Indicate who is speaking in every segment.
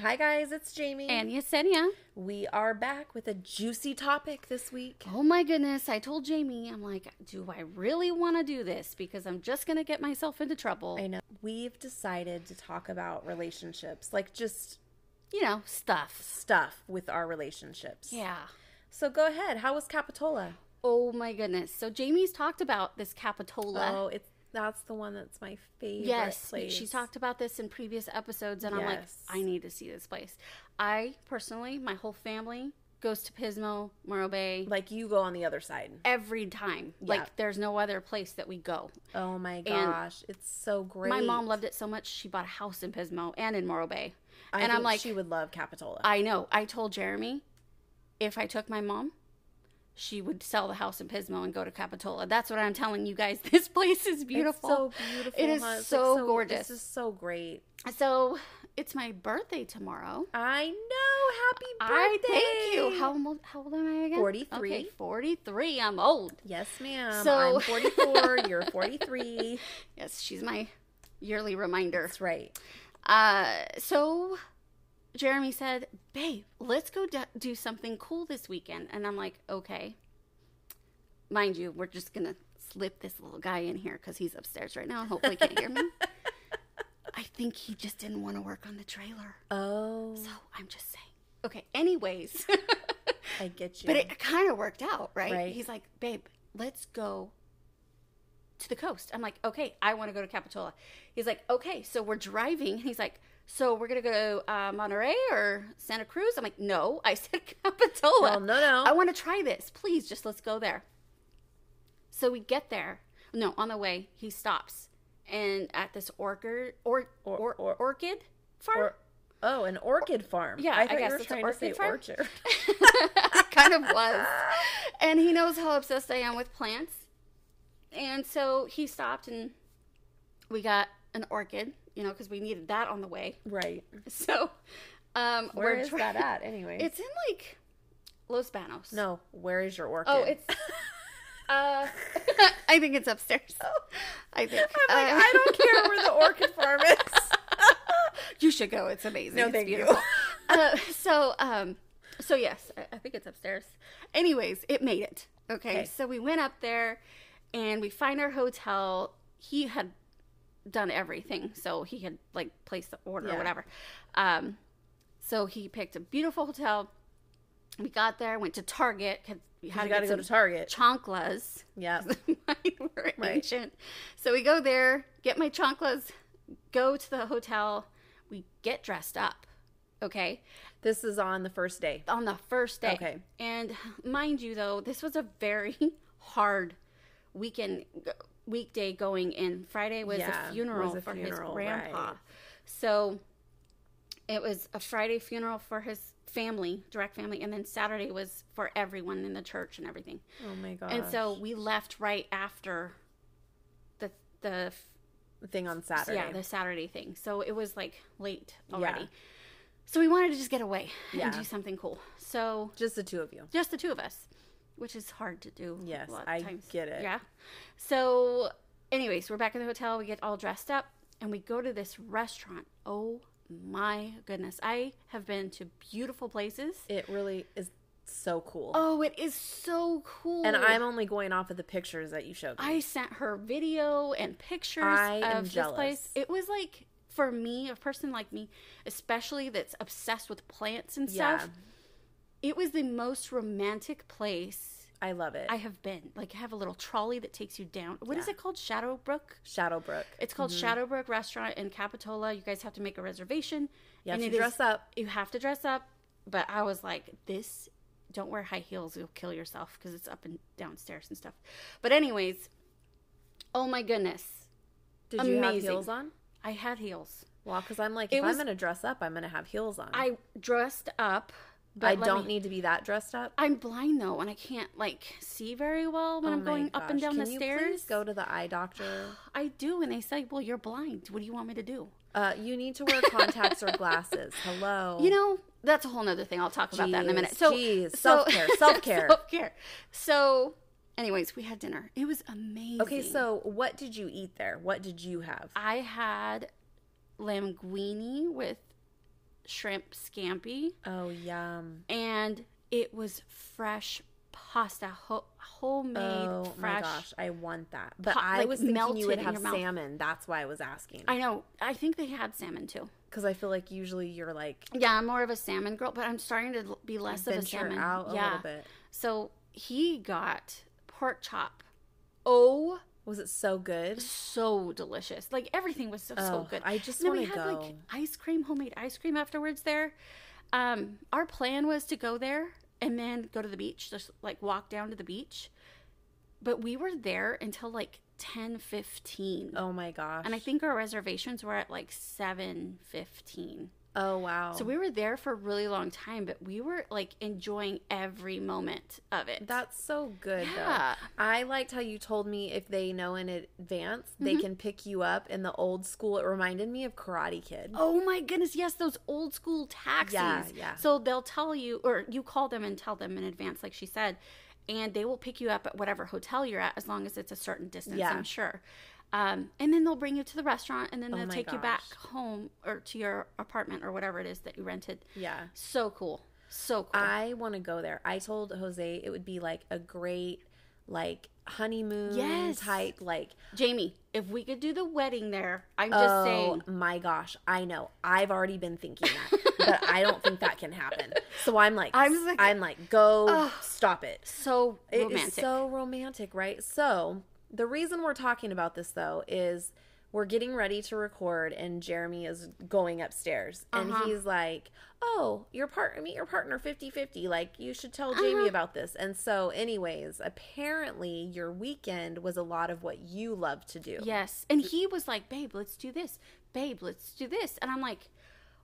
Speaker 1: Hi guys, it's Jamie.
Speaker 2: And Yesenia.
Speaker 1: we are back with a juicy topic this week.
Speaker 2: Oh my goodness. I told Jamie, I'm like, do I really want to do this? Because I'm just going to get myself into trouble.
Speaker 1: I know we've decided to talk about relationships, like just
Speaker 2: you know, stuff.
Speaker 1: stuff with our relationships.
Speaker 2: Yeah.
Speaker 1: So go ahead. How was Capitola?
Speaker 2: Oh my goodness. So Jamie's talked about this Capitola.
Speaker 1: Oh, it's that's the one that's my favorite.
Speaker 2: yes.
Speaker 1: place.
Speaker 2: She talked about this in previous episodes. And I'm like,
Speaker 1: Yes.
Speaker 2: I need to see this place. I personally, my whole family goes to Pismo, Morro Bay.
Speaker 1: like you go on the other side.
Speaker 2: Every time,
Speaker 1: Yeah.
Speaker 2: like there's no other place that we go.
Speaker 1: Oh my gosh, it's so great.
Speaker 2: My mom loved it so much she bought a house in Pismo and in Morro Bay.
Speaker 1: I
Speaker 2: and I'm
Speaker 1: think
Speaker 2: like,
Speaker 1: she would love Capitola.
Speaker 2: I know. I told Jeremy if I took my mom, she would sell the house in Pismo and go to Capitola. That's what I'm telling you guys. This place is beautiful.
Speaker 1: It's so beautiful.
Speaker 2: It is
Speaker 1: huh? It's, like,
Speaker 2: so gorgeous.
Speaker 1: This is so great.
Speaker 2: so it's my birthday tomorrow.
Speaker 1: I know.
Speaker 2: I
Speaker 1: Happy birthday.
Speaker 2: thank you. How old, how old am I again?
Speaker 1: 43.
Speaker 2: Okay, 43. I'm old.
Speaker 1: Yes, ma'am.
Speaker 2: So-
Speaker 1: I'm 44. you're 43.
Speaker 2: Yes, she's my yearly reminder.
Speaker 1: That's right.
Speaker 2: Uh, so Jeremy said, "Babe, let's go do, do something cool this weekend." And I'm like, "Okay." Mind you, we're just gonna slip this little guy in here because he's upstairs right now and hopefully can't hear me. I think he just didn't want to work on the trailer,
Speaker 1: Oh,
Speaker 2: so I'm just saying. Okay. Anyways,
Speaker 1: I get you.
Speaker 2: but it kind of worked out, right?
Speaker 1: Right.
Speaker 2: He's like, "Babe, let's go." To the coast. I'm like, okay, I want to go to Capitola. He's like, okay, so we're driving. He's like, so we're gonna go to uh, Monterey or Santa Cruz. I'm like, no, I said Capitola.
Speaker 1: well, no, no.
Speaker 2: oh, I want to try this. Please, just let's go there. So we get there. No, on the way he stops, and at this orchard or,
Speaker 1: Or-
Speaker 2: or,
Speaker 1: or-
Speaker 2: orchid farm.
Speaker 1: Or- oh, an orchid farm.
Speaker 2: Yeah,
Speaker 1: I
Speaker 2: I
Speaker 1: thought
Speaker 2: guess
Speaker 1: you were
Speaker 2: it's an
Speaker 1: trying to
Speaker 2: orchid
Speaker 1: say
Speaker 2: farm.
Speaker 1: orchard.
Speaker 2: I kind of was. And he knows how obsessed I am with plants. And so he stopped and we got an orchid, you know, because we needed that on the way.
Speaker 1: right.
Speaker 2: So um,
Speaker 1: Where
Speaker 2: we're
Speaker 1: is
Speaker 2: dri-
Speaker 1: that at anyway?
Speaker 2: It's in like Los Banos.
Speaker 1: no. Where is your orchid?
Speaker 2: Oh, it's. Uh, I think it's upstairs. I think.
Speaker 1: Oh. I'm like,
Speaker 2: Uh,
Speaker 1: I don't care where the orchid farm is.
Speaker 2: You should go. It's amazing.
Speaker 1: No,
Speaker 2: it's
Speaker 1: thank you.
Speaker 2: beautiful. uh, so, um, so yes, I, I think it's upstairs. Anyways, it made it. Okay,
Speaker 1: Okay.
Speaker 2: so we went up there, and we find our hotel. He had done everything, so he had like placed the order
Speaker 1: Yeah.
Speaker 2: or whatever. Um, so he picked a beautiful hotel. We got there, went to Target because we had
Speaker 1: you
Speaker 2: to
Speaker 1: got
Speaker 2: get
Speaker 1: to go
Speaker 2: some
Speaker 1: to Target.
Speaker 2: chanclas.
Speaker 1: Yeah.
Speaker 2: mine were
Speaker 1: Right.
Speaker 2: ancient. So we go there, get my chanclas, go to the hotel, we get dressed up, okay,
Speaker 1: This is on the first day.
Speaker 2: on the first day.
Speaker 1: Okay.
Speaker 2: And mind you, though, this was a very hard weekend, weekday going in. Friday was
Speaker 1: Yeah,
Speaker 2: a funeral
Speaker 1: was a
Speaker 2: for
Speaker 1: funeral,
Speaker 2: his grandpa.
Speaker 1: right.
Speaker 2: So it was a Friday funeral for his family, direct family, and then Saturday was for everyone in the church and everything.
Speaker 1: Oh my gosh.
Speaker 2: And so we left right after the the f-
Speaker 1: the thing on Saturday.
Speaker 2: yeah the Saturday thing. So it was like late
Speaker 1: Yeah.
Speaker 2: already. So we wanted to just get away
Speaker 1: Yeah.
Speaker 2: and do something cool. So
Speaker 1: Just the two of you.
Speaker 2: just the two of us, which is hard to do. a
Speaker 1: Yes,
Speaker 2: lot of
Speaker 1: I get it.
Speaker 2: Yeah. So, anyways, we're back in the hotel. We get all dressed up and we go to this restaurant. Oh my goodness, I have been to beautiful places.
Speaker 1: It really is so cool.
Speaker 2: Oh, it is so cool.
Speaker 1: And I'm only going off of the pictures that you showed me.
Speaker 2: I sent her video and pictures
Speaker 1: I am
Speaker 2: of this place.
Speaker 1: jealous.
Speaker 2: It was like for me, a person like me, especially that's obsessed with plants and
Speaker 1: yeah,
Speaker 2: stuff, it was the most romantic place
Speaker 1: I love it.
Speaker 2: I have been. Like I have a little trolley that takes you down. What is it called? Shadow Brook?
Speaker 1: Shadowbrook.
Speaker 2: It's called
Speaker 1: Mm-hmm.
Speaker 2: Shadow Brook Restaurant in Capitola. You guys have to make a reservation.
Speaker 1: You have
Speaker 2: and
Speaker 1: to
Speaker 2: it is-
Speaker 1: dress up.
Speaker 2: You have to dress up. But I was like, this, don't wear high heels. You'll kill yourself because it's up and downstairs and stuff. But, anyways, oh my goodness.
Speaker 1: Did you have
Speaker 2: amazing.
Speaker 1: heels on?
Speaker 2: I had heels.
Speaker 1: Well, because I'm like,
Speaker 2: It
Speaker 1: if
Speaker 2: was-
Speaker 1: I'm gonna dress up, I'm gonna have heels on.
Speaker 2: I dressed up. But
Speaker 1: I
Speaker 2: let
Speaker 1: don't
Speaker 2: me-
Speaker 1: need to be that dressed up.
Speaker 2: I'm blind though, and I can't like see very well when
Speaker 1: Oh
Speaker 2: I'm
Speaker 1: my
Speaker 2: going up and
Speaker 1: gosh.
Speaker 2: down
Speaker 1: Can
Speaker 2: the
Speaker 1: you
Speaker 2: stairs.
Speaker 1: Please go to the eye doctor.
Speaker 2: I do, and they say, "Well, you're blind. What do you want me to do?"
Speaker 1: Uh, you need to wear contacts or glasses. Hello.
Speaker 2: You know, that's a whole nother thing. I'll talk about that in a minute.
Speaker 1: Oh. Jeez, jeez.
Speaker 2: So, so-
Speaker 1: Self-care, self-care.
Speaker 2: self-care. So Anyways, we had dinner. It was amazing.
Speaker 1: Okay, so what did you eat there? What did you have?
Speaker 2: I had linguine with shrimp scampi,
Speaker 1: Oh, yum.
Speaker 2: and it was fresh pasta, ho- homemade
Speaker 1: Oh
Speaker 2: fresh.
Speaker 1: my gosh, I want that. But
Speaker 2: Hot,
Speaker 1: I
Speaker 2: like,
Speaker 1: was thinking
Speaker 2: melted
Speaker 1: you would
Speaker 2: in
Speaker 1: have
Speaker 2: your mouth.
Speaker 1: salmon. That's why I was asking.
Speaker 2: I know. I think they had salmon too.
Speaker 1: Because I feel like usually you're like
Speaker 2: Yeah, I'm more of a salmon girl, but I'm starting to l- be less of a
Speaker 1: venture
Speaker 2: salmon.
Speaker 1: out a
Speaker 2: yeah.
Speaker 1: little bit.
Speaker 2: So he got pork chop. Oh,
Speaker 1: Was it so good?
Speaker 2: so delicious! Like everything was so so
Speaker 1: Oh,
Speaker 2: good.
Speaker 1: I just
Speaker 2: And then we
Speaker 1: wanna
Speaker 2: had like
Speaker 1: go.
Speaker 2: ice cream, homemade ice cream afterwards. There, um, our plan was to go there and then go to the beach, just like walk down to the beach. But we were there until like ten fifteen,
Speaker 1: Oh my gosh.
Speaker 2: and I think our reservations were at like seven fifteen.
Speaker 1: Oh wow.
Speaker 2: So we were there for a really long time, but we were like enjoying every moment of it.
Speaker 1: That's so good
Speaker 2: Yeah.
Speaker 1: though. I liked how you told me if they know in advance, they
Speaker 2: Mm-hmm.
Speaker 1: can pick you up in the old school. It reminded me of Karate Kid.
Speaker 2: oh my goodness, yes, those old school taxis.
Speaker 1: yeah.
Speaker 2: So they'll tell you, or you call them and tell them in advance, like she said, and they will pick you up at whatever hotel you're at, as long as it's a certain distance.
Speaker 1: Yeah.
Speaker 2: I'm sure. Um, and then they'll bring you to the restaurant, and then
Speaker 1: Oh
Speaker 2: they'll
Speaker 1: my
Speaker 2: take you back
Speaker 1: gosh.
Speaker 2: home or to your apartment or whatever it is that you rented.
Speaker 1: Yeah.
Speaker 2: So cool, so cool.
Speaker 1: I want to go there. I told Jose it would be like a great like honeymoon
Speaker 2: Yes.
Speaker 1: type like
Speaker 2: Jamie, if we could do the wedding there, I'm just
Speaker 1: oh
Speaker 2: saying.
Speaker 1: my gosh, I know. I've already been thinking that, but I don't think that can happen. So I'm like
Speaker 2: I'm
Speaker 1: I'm
Speaker 2: just like-
Speaker 1: like, go stop it.
Speaker 2: So
Speaker 1: It is
Speaker 2: romantic.
Speaker 1: so romantic, right? So, the reason we're talking about this though is we're getting ready to record and Jeremy is going upstairs
Speaker 2: Uh-huh.
Speaker 1: and he's like, "Oh, your partner meet your partner 50/50. Like you should tell
Speaker 2: Uh-huh.
Speaker 1: Jamie about this." And so, anyways, apparently your weekend was a lot of what you love to do.
Speaker 2: Yes. And he was like, babe, let's do this. Babe, let's do this. And I'm like,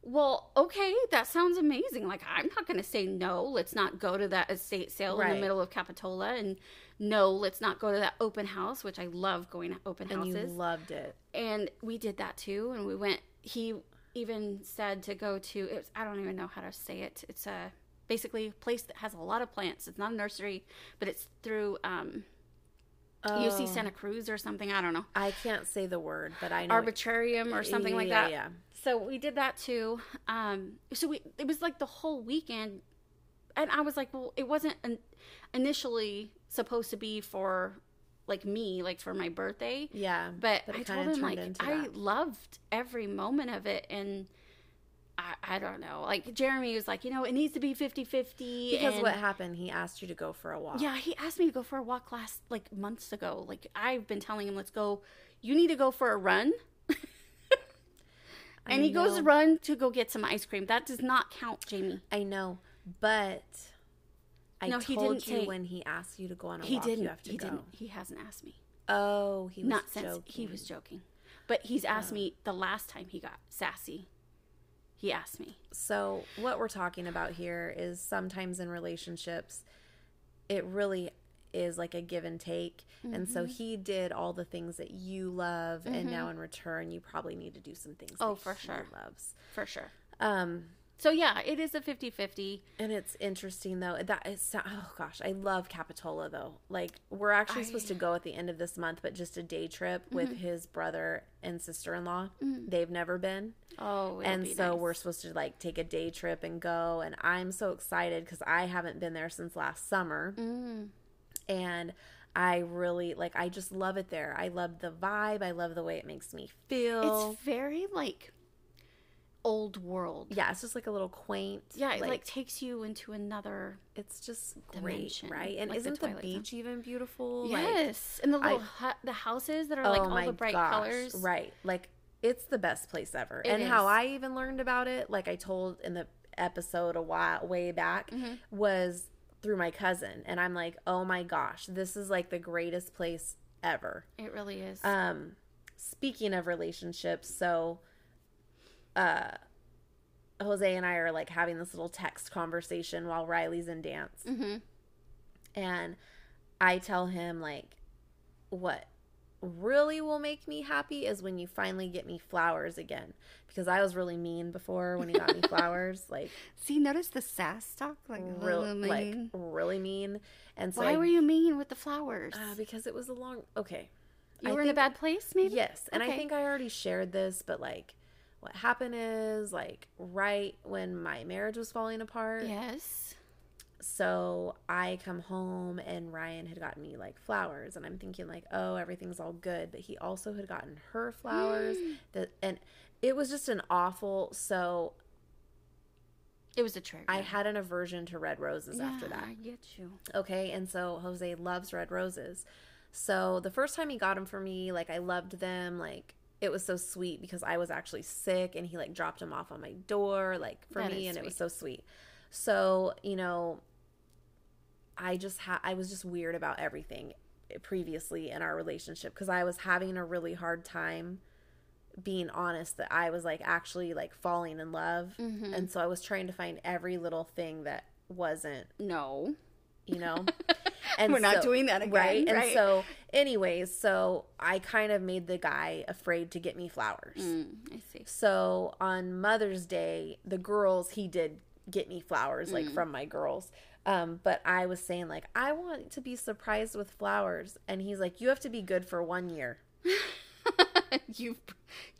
Speaker 2: well, okay, that sounds amazing. Like, I'm not going to say no. Let's not go to that estate sale in the
Speaker 1: Right.
Speaker 2: middle of Capitola. And no, let's not go to that open house, which I love going to open
Speaker 1: And you
Speaker 2: houses.
Speaker 1: loved it.
Speaker 2: and we did that too. And we went, he even said to go to, it was, I don't even know how to say it. It's a basically a place that has a lot of plants. It's not a nursery, but it's through um,
Speaker 1: Oh.
Speaker 2: UC Santa Cruz or something. I don't know.
Speaker 1: I can't say the word, but I know
Speaker 2: arbitrarium or something like
Speaker 1: Yeah,
Speaker 2: that.
Speaker 1: Yeah.
Speaker 2: So we did that too. Um, so we it was like the whole weekend, and I was like, well, it wasn't an, initially supposed to be for like me, like for my birthday.
Speaker 1: Yeah.
Speaker 2: But,
Speaker 1: But it
Speaker 2: I told
Speaker 1: kinda
Speaker 2: him
Speaker 1: turned
Speaker 2: like
Speaker 1: into
Speaker 2: I
Speaker 1: that.
Speaker 2: loved every moment of it, and I, I don't know. Like Jeremy was like, you know, it needs to be 50-50.
Speaker 1: Because
Speaker 2: and-
Speaker 1: what happened? He asked you to go for a walk.
Speaker 2: yeah, he asked me to go for a walk last like months ago. Like I've been telling him, let's go. You need to go for a run.
Speaker 1: I
Speaker 2: and he goes
Speaker 1: know.
Speaker 2: run to go get some ice cream. That does not count, Jamie.
Speaker 1: I know, but I
Speaker 2: No,
Speaker 1: told
Speaker 2: he didn't
Speaker 1: you
Speaker 2: say-
Speaker 1: when he asked you to go on a
Speaker 2: He
Speaker 1: walk.
Speaker 2: didn't.
Speaker 1: You have to
Speaker 2: he
Speaker 1: go.
Speaker 2: didn't. He hasn't asked me.
Speaker 1: Oh, he was
Speaker 2: not since he
Speaker 1: joking.
Speaker 2: was joking. But he's asked me the last time he got sassy. He asked me.
Speaker 1: So what we're talking about here is sometimes in relationships, it really is like a give and take. And
Speaker 2: Mm-hmm.
Speaker 1: so he did all the things that you love, and now in return, you probably need to do some things.
Speaker 2: Oh,
Speaker 1: that
Speaker 2: for
Speaker 1: he
Speaker 2: sure.
Speaker 1: loves.
Speaker 2: For sure.
Speaker 1: Um,
Speaker 2: So yeah, it is a 50-50.
Speaker 1: And it's interesting though that is so- oh gosh, I love Capitola though. Like we're actually supposed to go at the end of this month, but just a day trip with
Speaker 2: Mm-hmm.
Speaker 1: his brother and sister in law. They've never been,
Speaker 2: Oh, it'll
Speaker 1: and
Speaker 2: Mm-hmm. be
Speaker 1: so
Speaker 2: nice.
Speaker 1: we're supposed to like take a day trip and go. And I'm so excited because I haven't been there since last summer,
Speaker 2: Mm-hmm.
Speaker 1: and I really like. I just love it there. I love the vibe. I love the way it makes me feel.
Speaker 2: It's very like old world.
Speaker 1: yeah, it's just like a little quaint.
Speaker 2: Yeah, it like, takes you into another.
Speaker 1: it's just great,
Speaker 2: dimension,
Speaker 1: right? And
Speaker 2: like the
Speaker 1: isn't the,
Speaker 2: Twilight Zone.
Speaker 1: beach even beautiful? Like, oh
Speaker 2: Yes, and the little hu- the houses that are like all the bright colors.
Speaker 1: Right. Like it's the best place ever.
Speaker 2: It
Speaker 1: and how
Speaker 2: is.
Speaker 1: I even learned about it, like I told in the episode a while way back,
Speaker 2: Mm-hmm.
Speaker 1: was through my cousin. And I'm like, oh my gosh, this is like the greatest place ever.
Speaker 2: It really is.
Speaker 1: Um, speaking of relationships, so uh Jose and I are like having this little text conversation while Riley's in dance.
Speaker 2: Mhm.
Speaker 1: And I tell him like what really will make me happy is when you finally get me flowers again because I was really mean before when he got me flowers like
Speaker 2: See, notice the sass talk like
Speaker 1: real
Speaker 2: really
Speaker 1: like
Speaker 2: mean.
Speaker 1: really mean and so
Speaker 2: Why
Speaker 1: I-
Speaker 2: were you mean with the flowers?
Speaker 1: uh, because it was a long okay
Speaker 2: you
Speaker 1: I
Speaker 2: were in a
Speaker 1: think-
Speaker 2: bad place, maybe.
Speaker 1: Yes. And I
Speaker 2: Okay.
Speaker 1: think I already shared this, but like what happened is like right when my marriage was falling apart.
Speaker 2: Yes.
Speaker 1: So I come home and Ryan had gotten me like flowers and I'm thinking like, oh, everything's all good. But he also had gotten her flowers.
Speaker 2: Mm.
Speaker 1: That and it was just an awful so
Speaker 2: It was a trigger.
Speaker 1: I had an aversion to red roses after that.
Speaker 2: I get you.
Speaker 1: Okay, and so Jose loves red roses. So the first time he got them for me, like I loved them, like it was so sweet because I was actually sick and he like dropped them off on my door, like for
Speaker 2: That
Speaker 1: me,
Speaker 2: is
Speaker 1: and it was so sweet. So, you know, I just ha- I was just weird about everything previously in our relationship because I was having a really hard time being honest that I was like actually like falling in love.
Speaker 2: Mhm.
Speaker 1: And so I was trying to find every little thing that wasn't
Speaker 2: No,
Speaker 1: you know and
Speaker 2: we're not
Speaker 1: so-
Speaker 2: doing that again.
Speaker 1: right
Speaker 2: Right.
Speaker 1: and so anyways so i kind of made the guy afraid to get me flowers
Speaker 2: Mm, I see.
Speaker 1: so on mother's day the girls he did get me flowers
Speaker 2: Mm.
Speaker 1: like from my girls um, but i was saying like i want to be surprised with flowers and he's like you have to be good for one year
Speaker 2: you've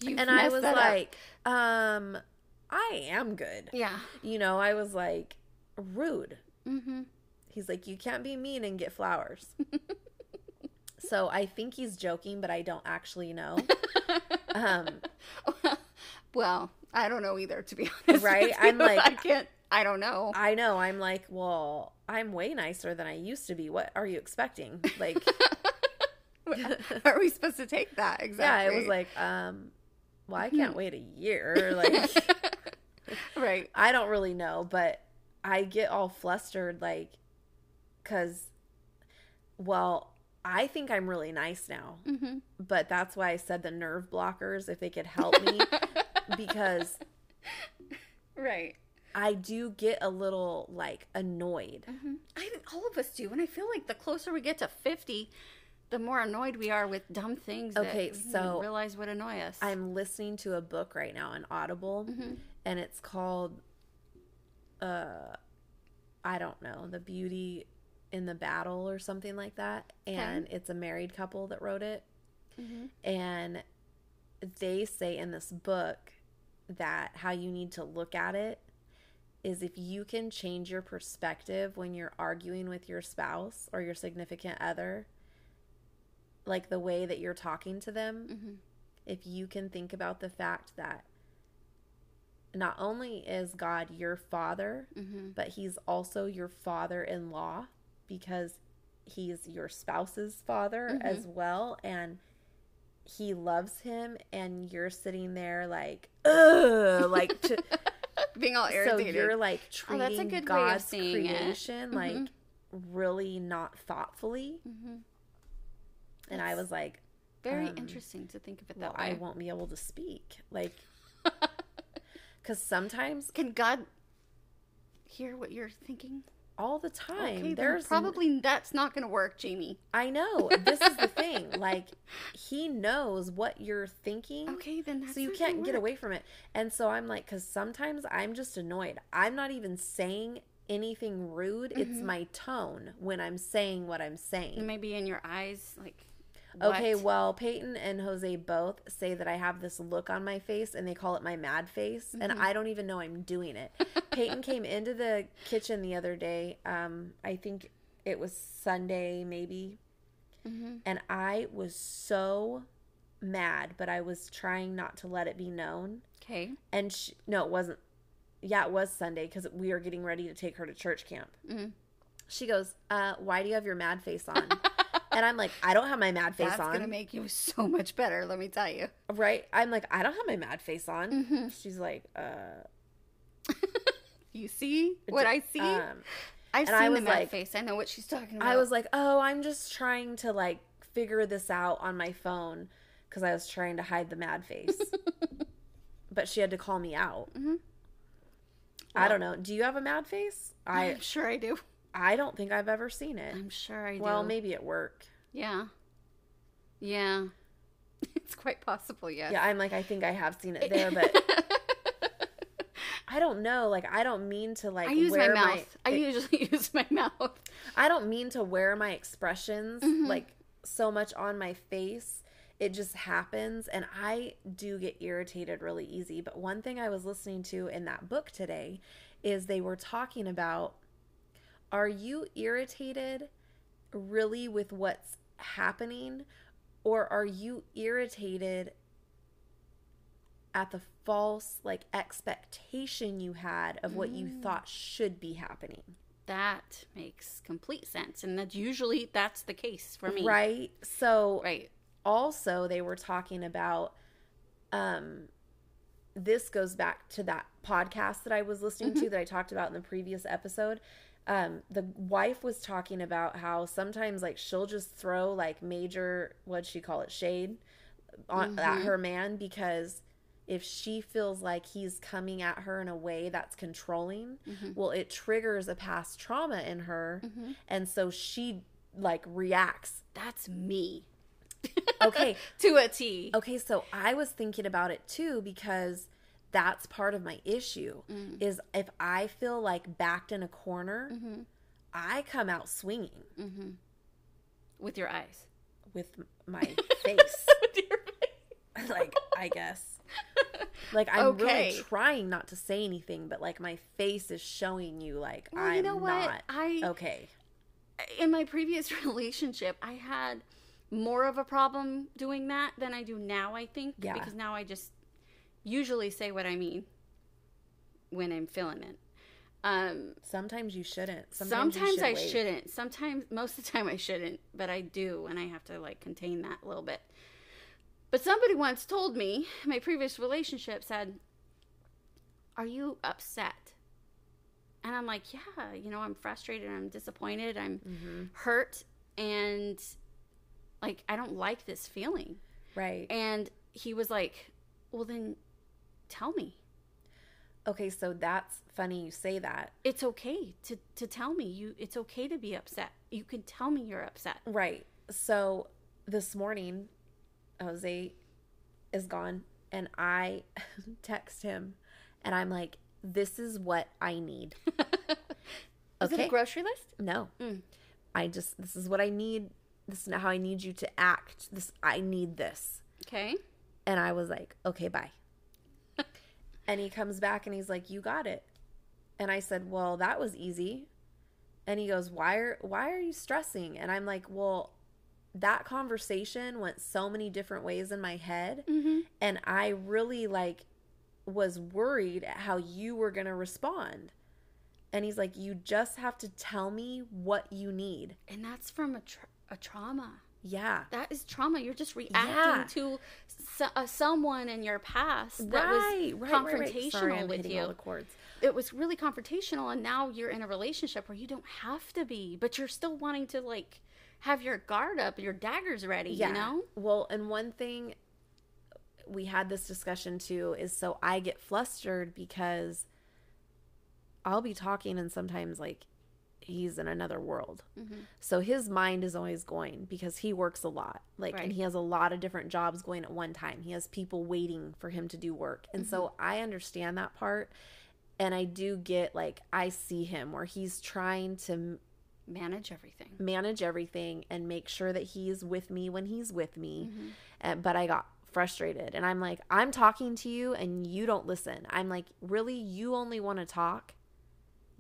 Speaker 2: you've
Speaker 1: and i
Speaker 2: messed
Speaker 1: was
Speaker 2: that up.
Speaker 1: like um i am good
Speaker 2: yeah.
Speaker 1: you know i was like rude
Speaker 2: Mm-hmm.
Speaker 1: He's like, you can't be mean and get flowers. so I think he's joking, but I don't actually know.
Speaker 2: Mm-hmm.
Speaker 1: Um,
Speaker 2: well, I don't know either, to be honest.
Speaker 1: Right?
Speaker 2: with
Speaker 1: I'm
Speaker 2: you.
Speaker 1: like-
Speaker 2: I can't. I don't know.
Speaker 1: I know. I'm like, well, I'm way nicer than I used to be. What are you expecting? Like,
Speaker 2: Are we supposed to take that
Speaker 1: yeah, I
Speaker 2: exactly?
Speaker 1: was like, um, well, I can't wait a year. Like,
Speaker 2: right.
Speaker 1: I don't really know, but I get all flustered, like, because, well, I think I'm really nice now.
Speaker 2: Mm-hmm.
Speaker 1: but that's why I said the nerve blockers if they could help me because
Speaker 2: Right.
Speaker 1: I do get a little like annoyed.
Speaker 2: Mm-hmm. I think all of us do, and I feel like the closer we get to fifty, the more annoyed we are with dumb things. that
Speaker 1: Okay,
Speaker 2: we don't
Speaker 1: so
Speaker 2: even realize would annoy us.
Speaker 1: I'm listening to a book right now on Audible
Speaker 2: Mhm.
Speaker 1: and it's called uh I don't know, The Beauty in the Battle or something like that and it's a married couple that wrote it
Speaker 2: Mhm.
Speaker 1: and they say in this book that how you need to look at it is if you can change your perspective when you're arguing with your spouse or your significant other like the way that you're talking to them
Speaker 2: Mhm.
Speaker 1: if you can think about the fact that not only is God your father
Speaker 2: Mhm.
Speaker 1: but he's also your father in law because he's your spouse's father
Speaker 2: Mhm.
Speaker 1: as well. And he loves him, and you're sitting there like, ugh, like, to,
Speaker 2: Being all
Speaker 1: so
Speaker 2: irritated.
Speaker 1: you're like
Speaker 2: Oh,
Speaker 1: treating
Speaker 2: that's a good way of
Speaker 1: God's
Speaker 2: seeing it.
Speaker 1: creation like
Speaker 2: Mhm.
Speaker 1: really not thoughtfully.
Speaker 2: Mhm.
Speaker 1: And I
Speaker 2: That's
Speaker 1: was like,
Speaker 2: Very
Speaker 1: um,
Speaker 2: interesting to think of it
Speaker 1: well,
Speaker 2: that
Speaker 1: I
Speaker 2: way.
Speaker 1: won't be able to speak. Like, because sometimes
Speaker 2: Can God hear what you're thinking?
Speaker 1: all the time,
Speaker 2: Okay, then
Speaker 1: there's
Speaker 2: probably that's not going to work, Jamie.
Speaker 1: I know. This is the thing. Like he knows what you're thinking.
Speaker 2: Okay, then that's
Speaker 1: So you
Speaker 2: not gonna
Speaker 1: can't get
Speaker 2: work.
Speaker 1: away from it. And so I'm like cuz sometimes I'm just annoyed. I'm not even saying anything rude.
Speaker 2: Mm-hmm.
Speaker 1: It's my tone when I'm saying what I'm saying.
Speaker 2: Maybe in your eyes, like.
Speaker 1: Okay,
Speaker 2: what?
Speaker 1: well, Peyton and Jose both say that I have this look on my face and they call it my mad face and
Speaker 2: Mm-hmm.
Speaker 1: I don't even know I'm doing it. Peyton came into the kitchen the other day. Um I think it was Sunday maybe
Speaker 2: Mhm.
Speaker 1: and I was so mad, but I was trying not to let it be known.
Speaker 2: Okay.
Speaker 1: And she, no, it wasn't. Yeah, it was Sunday because we were getting ready to take her to church camp.
Speaker 2: Mhm.
Speaker 1: She goes, uh, "Why do you have your mad face on?" and I'm like, "I don't have my mad face
Speaker 2: That's
Speaker 1: on,
Speaker 2: going to make you so much better, let me tell you.
Speaker 1: right?" I'm like, "I don't have my mad face on."
Speaker 2: Mm-hmm.
Speaker 1: She's like, uh,
Speaker 2: You see what I see?
Speaker 1: um,
Speaker 2: I've
Speaker 1: and I
Speaker 2: seen the
Speaker 1: was
Speaker 2: mad
Speaker 1: like-
Speaker 2: face. I know what she's talking about.
Speaker 1: I was like, "Oh, I'm just trying to like figure this out on my phone because I was trying to hide the mad face." but she had to call me out.
Speaker 2: Mhm.
Speaker 1: I don't know. Do you have a mad face? I
Speaker 2: I'm sure I do.
Speaker 1: I don't think I've ever seen it.
Speaker 2: I'm sure I do.
Speaker 1: Well, maybe at work.
Speaker 2: Yeah. Yeah. It's quite possible, yes.
Speaker 1: Yeah, I'm like, I think I have seen it there, but I don't know. Like, I don't mean to like
Speaker 2: I use my
Speaker 1: wear
Speaker 2: mouth. I usually use my mouth.
Speaker 1: I don't mean to wear my expressions
Speaker 2: Mhm.
Speaker 1: like so much on my face. It just happens. And I do get irritated really easy. But one thing I was listening to in that book today is they were talking about are you irritated really with what's happening? Or are you irritated at the false like expectation you had of what you
Speaker 2: Mm.
Speaker 1: thought should be happening?
Speaker 2: That makes complete sense. And that's usually that's the case for me.
Speaker 1: Right? So
Speaker 2: Right.
Speaker 1: also they were talking about um this goes back to that podcast that I was listening to that I talked about in the previous episode. Um the wife was talking about how sometimes like she'll just throw like major what'd she call it shade on at
Speaker 2: Mhm.
Speaker 1: her man because if she feels like he's coming at her in a way that's controlling,
Speaker 2: Mhm.
Speaker 1: well it triggers a past trauma in her
Speaker 2: Mhm.
Speaker 1: and so she like reacts.
Speaker 2: That's me.
Speaker 1: Okay,
Speaker 2: To a T.
Speaker 1: Okay, so I was thinking about it too because that's part of my issue
Speaker 2: Mm.
Speaker 1: is if I feel like backed in a corner,
Speaker 2: Mhm.
Speaker 1: I come out swinging
Speaker 2: Mhm. With your eyes.
Speaker 1: with m- my face.
Speaker 2: With your
Speaker 1: like, I guess. Like I'm
Speaker 2: Okay.
Speaker 1: really trying not to say anything, but like my face is showing you like
Speaker 2: Well,
Speaker 1: I'm
Speaker 2: you know what?
Speaker 1: not
Speaker 2: I
Speaker 1: okay.
Speaker 2: in my previous relationship, I had more of a problem doing that than I do now, I think,
Speaker 1: Yeah.
Speaker 2: because now I just usually say what I mean when I'm feeling it. Um,
Speaker 1: Sometimes you shouldn't.
Speaker 2: sometimes
Speaker 1: Sometimes, you should
Speaker 2: I
Speaker 1: wait.
Speaker 2: shouldn't. Sometimes, most of the time, I shouldn't, but I do, and I have to like contain that a little bit. But somebody once told me, my previous relationship said, Are you upset? And I'm like, Yeah, you know, I'm frustrated, I'm disappointed, I'm
Speaker 1: Mhm.
Speaker 2: hurt and like I don't like this feeling.
Speaker 1: Right.
Speaker 2: And he was like, "Well then tell me.
Speaker 1: Okay, so that's funny you say that.
Speaker 2: It's okay to to tell me. You it's okay to be upset. You can tell me you're upset."
Speaker 1: Right. So this morning, Jose is gone, and I text him, and I'm like, "This is what I need."
Speaker 2: Is it
Speaker 1: Okay.
Speaker 2: a grocery list?
Speaker 1: No,
Speaker 2: Mm.
Speaker 1: I just this is what I need. This is how I need you to act. This I need this.
Speaker 2: Okay.
Speaker 1: And I was like, "Okay, bye." and he comes back and he's like, "You got it." And I said, "Well, that was easy." And he goes, "Why are why are you stressing?" And I'm like, "Well, that conversation went so many different ways in my head,
Speaker 2: Mhm.
Speaker 1: and I really like was worried at how you were going to respond." And he's like, "You just have to tell me what you need."
Speaker 2: And that's from a tra- a trauma.
Speaker 1: Yeah.
Speaker 2: That is trauma. You're just reacting
Speaker 1: Yeah.
Speaker 2: to so- uh, someone in your past that
Speaker 1: right,
Speaker 2: was
Speaker 1: right, right,
Speaker 2: confrontational
Speaker 1: right. Sorry, I'm
Speaker 2: with
Speaker 1: hitting
Speaker 2: you.
Speaker 1: all the chords.
Speaker 2: it was really confrontational and now you're in a relationship where you don't have to be but you're still wanting to like have your guard up your daggers ready you know
Speaker 1: Well, and one thing we had this discussion too is so I get flustered because I'll be talking and sometimes like he's in another world.
Speaker 2: Mm-hmm.
Speaker 1: So his mind is always going because he works a lot. Like
Speaker 2: Right.
Speaker 1: and he has a lot of different jobs going at one time. He has people waiting for him to do work. And so I understand that part and I do get like I see him where he's trying to
Speaker 2: manage everything
Speaker 1: manage everything and make sure that he's with me when he's with me.
Speaker 2: Mm-hmm.
Speaker 1: Uh, but I got frustrated and I'm like, I'm talking to you and you don't listen. I'm like, really? You only want to talk?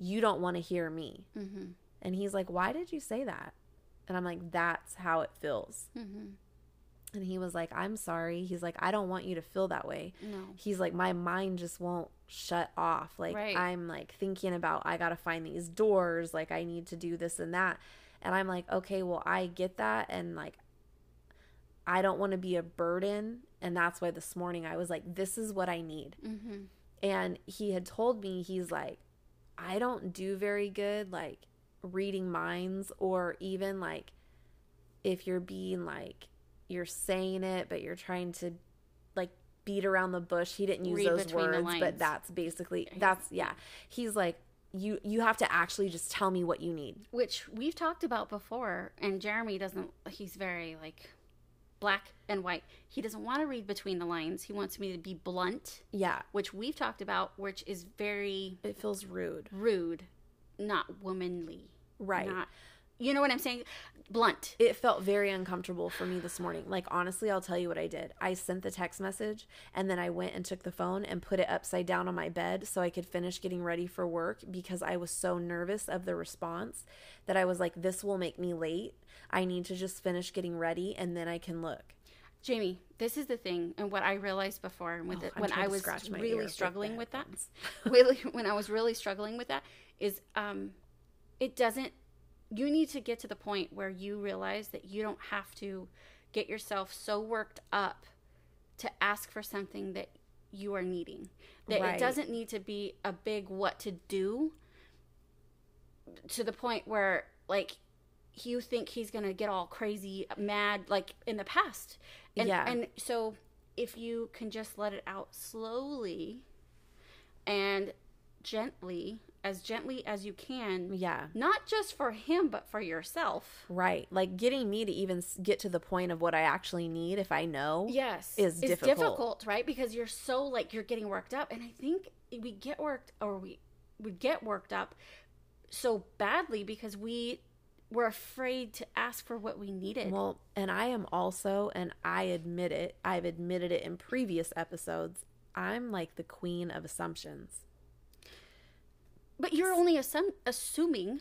Speaker 1: You don't want to hear me.
Speaker 2: mm-hmm.
Speaker 1: And he's like, Why did you say that? And I'm like, That's how it feels.
Speaker 2: Mm-hmm.
Speaker 1: And he was like, I'm sorry. He's like, I don't want you to feel that way.
Speaker 2: no
Speaker 1: He's like, My mind just won't shut off. Like,
Speaker 2: Right.
Speaker 1: I'm like thinking about, I got to find these doors. Like, I need to do this and that. And I'm like, Okay, well, I get that. And like, I don't want to be a burden. And that's why this morning I was like, This is what I need.
Speaker 2: mm-hmm.
Speaker 1: And he had told me, he's like, I don't do very good, like reading minds, or even like if you're being like, you're saying it, but you're trying to like beat around the bush. He didn't use
Speaker 2: Read
Speaker 1: those
Speaker 2: between the
Speaker 1: words,
Speaker 2: lines.
Speaker 1: but that's basically,
Speaker 2: Yeah.
Speaker 1: that's, yeah. He's like, you, you have to actually just tell me what you need.
Speaker 2: which we've talked about before and jeremy doesn't he's very like black and white. He doesn't want to read between the lines. He wants me to be blunt,
Speaker 1: Yeah.
Speaker 2: which we've talked about, which is very
Speaker 1: It feels rude.
Speaker 2: rude, not womanly.
Speaker 1: Right.
Speaker 2: Not, you know what I'm saying? Blunt.
Speaker 1: it felt very uncomfortable for me this morning. Like, honestly, I'll tell you what I did. I sent the text message and then I went and took the phone and put it upside down on my bed so I could finish getting ready for work because I was so nervous of the response that I was like, this will make me late. I need to just finish getting ready and then I can look.
Speaker 2: Jamie, this is the thing, and what I realized before, and with
Speaker 1: Oh,
Speaker 2: it,
Speaker 1: I'm
Speaker 2: when
Speaker 1: trying
Speaker 2: I
Speaker 1: to
Speaker 2: was
Speaker 1: scratch my ear
Speaker 2: really
Speaker 1: with
Speaker 2: struggling
Speaker 1: the
Speaker 2: with that,
Speaker 1: headphones.
Speaker 2: really, when I was really struggling with that, is um, it doesn't. You need to get to the point where you realize that you don't have to get yourself so worked up to ask for something that you are needing. That
Speaker 1: Right.
Speaker 2: it doesn't need to be a big what to do to the point where like you think he's gonna get all crazy mad like in the past and
Speaker 1: Yeah.
Speaker 2: and so if you can just let it out slowly and gently as gently as you can
Speaker 1: Yeah.
Speaker 2: not just for him but for yourself
Speaker 1: Right. Like, getting me to even s- get to the point of what I actually need if I know.
Speaker 2: yes
Speaker 1: is
Speaker 2: it's
Speaker 1: difficult.
Speaker 2: right because you're so like you're getting worked up and i think we get worked or we we get worked up so badly because we were afraid to ask for what we needed
Speaker 1: Well, and I am also, and I admit it, I've admitted it in previous episodes, I'm like the queen of assumptions.
Speaker 2: but you're only assum- assuming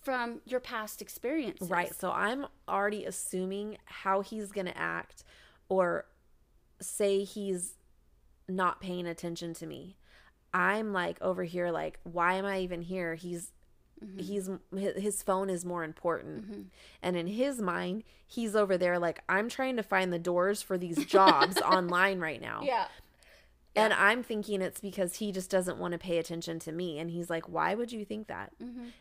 Speaker 2: from your past experiences
Speaker 1: Right. So I'm already assuming how he's going to act or say he's not paying attention to me. I'm like over here like why am I even here? He's
Speaker 2: Mm-hmm.
Speaker 1: he's hi- his phone is more important. And in his mind, he's over there like I'm trying to find the doors for these jobs online right now.
Speaker 2: yeah
Speaker 1: And I'm thinking it's because he just doesn't want to pay attention to me. And he's like, why would you think that?
Speaker 2: Mhm.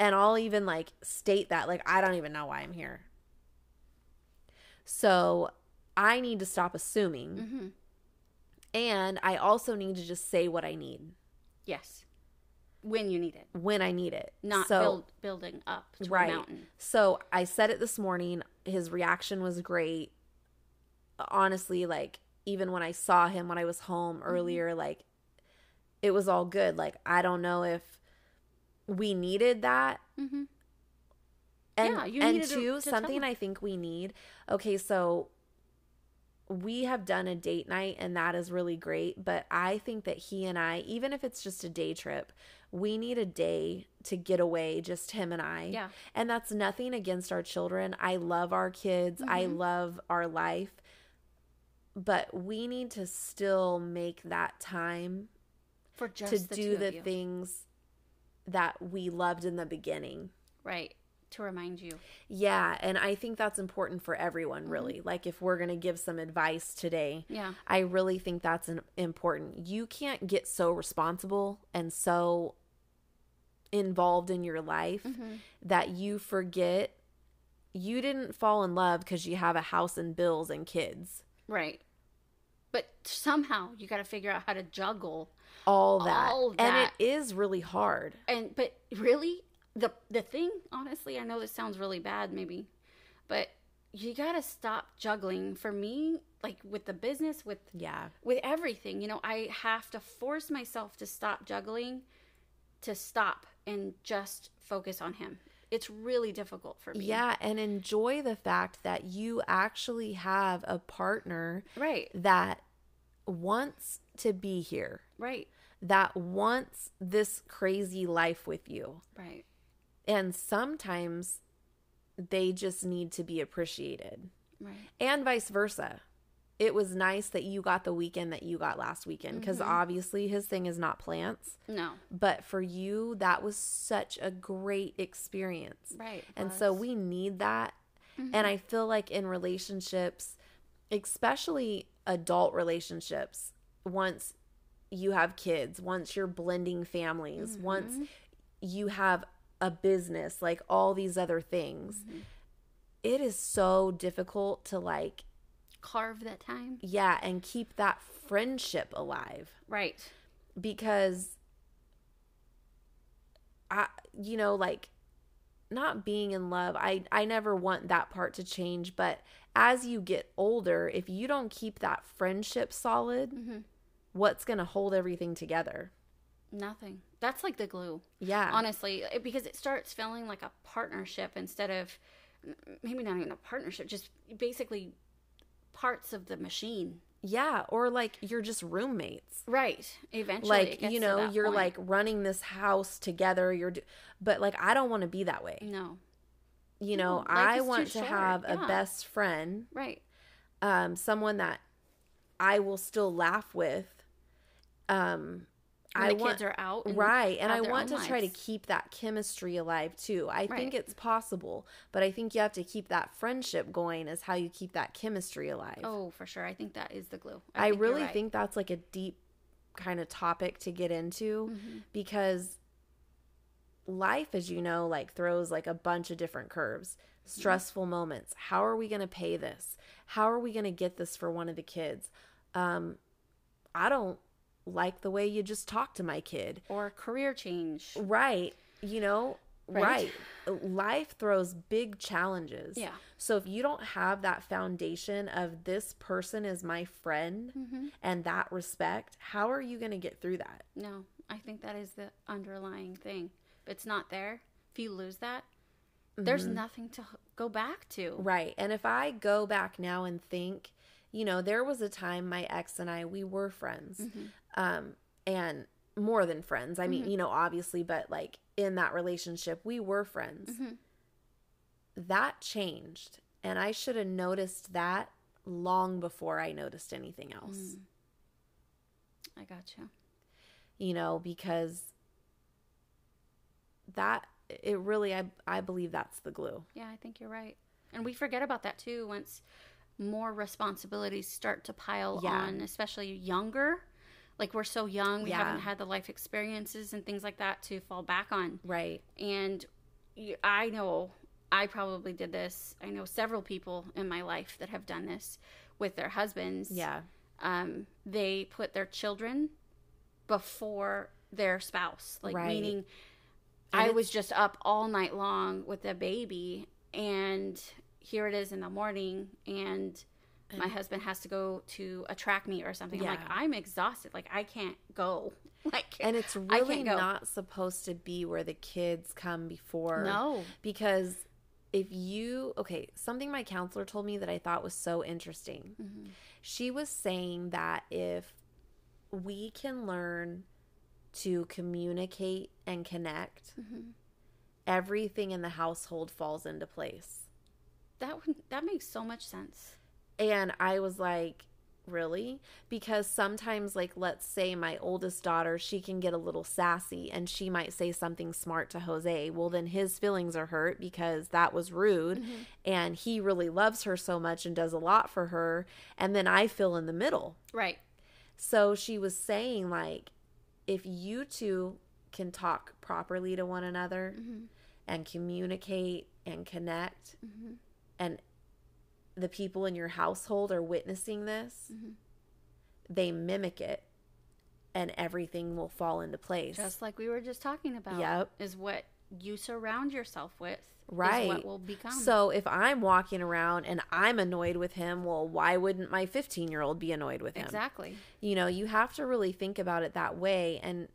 Speaker 1: And I'll even like state that, like, I don't even know why I'm here. So I need to stop assuming.
Speaker 2: mm-hmm.
Speaker 1: And I also need to just say what I need
Speaker 2: yes when you need it
Speaker 1: when I need it.
Speaker 2: not
Speaker 1: so,
Speaker 2: build, building up to
Speaker 1: Right.
Speaker 2: a mountain
Speaker 1: So I said it this morning. His reaction was great. Honestly, like even when I saw him when I was home earlier, like it was all good. Like I don't know if we needed that.
Speaker 2: mm-hmm.
Speaker 1: And
Speaker 2: Yeah, you
Speaker 1: and
Speaker 2: needed to-
Speaker 1: two,
Speaker 2: to tell
Speaker 1: something
Speaker 2: him.
Speaker 1: I think we need. Okay, so we have done a date night and that is really great, but I think that he and I, even if it's just a day trip, we need a day to get away, just him and I.
Speaker 2: yeah
Speaker 1: And that's nothing against our children. I love our kids. I
Speaker 2: Mhm.
Speaker 1: love our life. But we need to still make that time
Speaker 2: for just
Speaker 1: to
Speaker 2: the two
Speaker 1: do
Speaker 2: of
Speaker 1: the
Speaker 2: you.
Speaker 1: things that we loved in the beginning.
Speaker 2: right to remind you
Speaker 1: Yeah. And I think that's important for everyone,
Speaker 2: Mm-hmm.
Speaker 1: really. Like, if we're going to give some advice today,
Speaker 2: yeah
Speaker 1: I really think that's an, important. You can't get so responsible and so involved in your life
Speaker 2: mm-hmm.
Speaker 1: that you forget you didn't fall in love because you have a house and bills and kids.
Speaker 2: right but somehow you got to figure out how to juggle
Speaker 1: All that.
Speaker 2: All
Speaker 1: And
Speaker 2: that.
Speaker 1: it is really hard.
Speaker 2: and but really the the thing honestly i know this sounds really bad maybe but you gotta stop juggling for me like with the business with
Speaker 1: Yeah.
Speaker 2: with everything you know i have to force myself to stop juggling to stop and just focus on him it's really difficult for me
Speaker 1: Yeah. And enjoy the fact that you actually have a partner
Speaker 2: right
Speaker 1: that wants to be here,
Speaker 2: right
Speaker 1: that wants this crazy life with you.
Speaker 2: right
Speaker 1: And sometimes they just need to be appreciated.
Speaker 2: right
Speaker 1: and vice versa. It was nice that you got the weekend that you got last weekend because obviously his thing is not plants,
Speaker 2: no
Speaker 1: but for you, that was such a great experience.
Speaker 2: right Mm-hmm.
Speaker 1: And
Speaker 2: Well,
Speaker 1: so we need that. And I feel like in relationships, especially adult relationships, once you have kids, once you're blending families,
Speaker 2: Mm-hmm.
Speaker 1: once you have a business, like all these other things, it is so difficult to like,
Speaker 2: carve that time
Speaker 1: yeah, and keep that friendship alive
Speaker 2: right
Speaker 1: because I, you know, like not being in love i i never want that part to change but as you get older if you don't keep that friendship solid
Speaker 2: Mhm.
Speaker 1: what's going to hold everything together
Speaker 2: Nothing. That's like the glue,
Speaker 1: yeah
Speaker 2: honestly, it- because it starts feeling like a partnership instead of m- maybe not even a partnership, just basically parts of the machine.
Speaker 1: yeah or like you're just roommates
Speaker 2: Right. Eventually, it
Speaker 1: like
Speaker 2: gets
Speaker 1: you
Speaker 2: to
Speaker 1: know
Speaker 2: that
Speaker 1: you're
Speaker 2: point.
Speaker 1: like running this house together you're do- but like i don't want to be that way
Speaker 2: no,
Speaker 1: you know
Speaker 2: No, life is
Speaker 1: i
Speaker 2: too
Speaker 1: want to
Speaker 2: short,
Speaker 1: have
Speaker 2: yeah.
Speaker 1: a best friend
Speaker 2: right,
Speaker 1: um someone that i will still laugh with um
Speaker 2: When
Speaker 1: i
Speaker 2: the
Speaker 1: want
Speaker 2: kids are out, and
Speaker 1: right and
Speaker 2: have
Speaker 1: i
Speaker 2: their
Speaker 1: want to
Speaker 2: own
Speaker 1: try to
Speaker 2: lives.
Speaker 1: keep that chemistry alive too i
Speaker 2: Right.
Speaker 1: think it's possible but i think you have to keep that friendship going is how you keep that chemistry alive
Speaker 2: Oh, for sure. I think that is the
Speaker 1: i,
Speaker 2: glue. think you're
Speaker 1: really
Speaker 2: right.
Speaker 1: think that's like a deep kind of topic to get into
Speaker 2: Mhm.
Speaker 1: because life as you know like throws like a bunch of different curves stressful moments how are we going to pay this how are we going to get this for one of the kids um i don't like the way you just talk to my kid
Speaker 2: or career change.
Speaker 1: right you know
Speaker 2: Right.
Speaker 1: right, life throws big challenges
Speaker 2: Yeah.
Speaker 1: so if you don't have that foundation of this person is my friend
Speaker 2: hmm
Speaker 1: and that respect how are you going to get through that
Speaker 2: No, I think that is the underlying thing. If it's not there, if you lose that,
Speaker 1: Mm-hmm.
Speaker 2: there's nothing to h- go back to.
Speaker 1: Right. And if I go back now and think, you know, there was a time my ex and I, we were friends.
Speaker 2: Mm-hmm.
Speaker 1: Um, and more than friends. I mean, you know, obviously, but like in that relationship, we were friends.
Speaker 2: Mhm. Mm-hmm.
Speaker 1: That changed. And I should have noticed that long before I noticed anything else,
Speaker 2: Mm. Mm-hmm. I gotcha.
Speaker 1: you know, because that it really I I believe that's the glue.
Speaker 2: Yeah, I think you're right. And we forget about that too once more responsibilities start to pile
Speaker 1: Yeah.
Speaker 2: on, especially younger. Like we're so young, we
Speaker 1: Yeah.
Speaker 2: haven't had the life experiences and things like that to fall back on.
Speaker 1: Right.
Speaker 2: And you, I know I probably did this. I know several people in my life that have done this with their husbands.
Speaker 1: Yeah.
Speaker 2: Um, they put their children before their spouse. Like,
Speaker 1: Right.
Speaker 2: meaning,
Speaker 1: And
Speaker 2: I
Speaker 1: it's-
Speaker 2: was just up all night long with the baby, and here it is in the morning, and my husband has to go to a track meet or something. I'm like,
Speaker 1: Yeah.
Speaker 2: I'm exhausted. Like, I can't go. Like,
Speaker 1: And it's
Speaker 2: I can't
Speaker 1: really
Speaker 2: go.
Speaker 1: not supposed to be where the kids come before.
Speaker 2: no.
Speaker 1: Because if you, okay, something my counselor told me that I thought was so interesting.
Speaker 2: Mm-hmm.
Speaker 1: She was saying that if we can learn to communicate and connect,
Speaker 2: Mm-hmm.
Speaker 1: everything in the household falls into place.
Speaker 2: That would, that makes so much sense.
Speaker 1: And I was like, really? Because sometimes, like, let's say my oldest daughter, she can get a little sassy and she might say something smart to Jose. Well, then his feelings are hurt because that was rude and he really loves her so much and does a lot for her. And then I feel in the middle.
Speaker 2: Right.
Speaker 1: So she was saying, like, if you two can talk properly to one another and communicate and connect, and the people in your household are witnessing this, they mimic it and everything will fall into place.
Speaker 2: Just like we were just talking about.
Speaker 1: Yep.
Speaker 2: Is what you surround yourself with. is what
Speaker 1: Right.
Speaker 2: will become.
Speaker 1: so if I'm walking around and I'm annoyed with him, well, why wouldn't my 15 year old be annoyed with him?
Speaker 2: Exactly.
Speaker 1: you know you have to really think about it that way and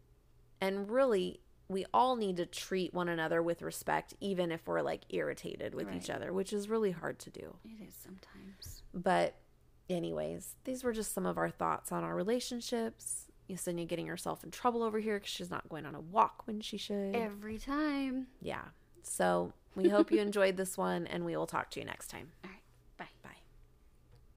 Speaker 1: and really we all need to treat one another with respect even if we're like irritated with each
Speaker 2: Right.
Speaker 1: other which is really hard to do
Speaker 2: It is sometimes.
Speaker 1: but anyways these were just some of our thoughts on our relationships Yesenia getting herself in trouble over here because she's not going on a walk when she should
Speaker 2: Every time.
Speaker 1: yeah so we hope you enjoyed this one and we will talk to you next time
Speaker 2: All right. Bye.
Speaker 1: bye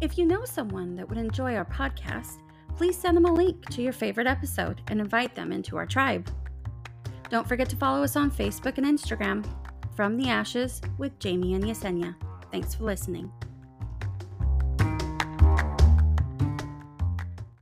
Speaker 2: If you know someone that would enjoy our podcast, please send them a link to your favorite episode and invite them into our tribe. Don't forget to follow us on Facebook and Instagram. From the Ashes with Jamie and Yesenia. Thanks for listening.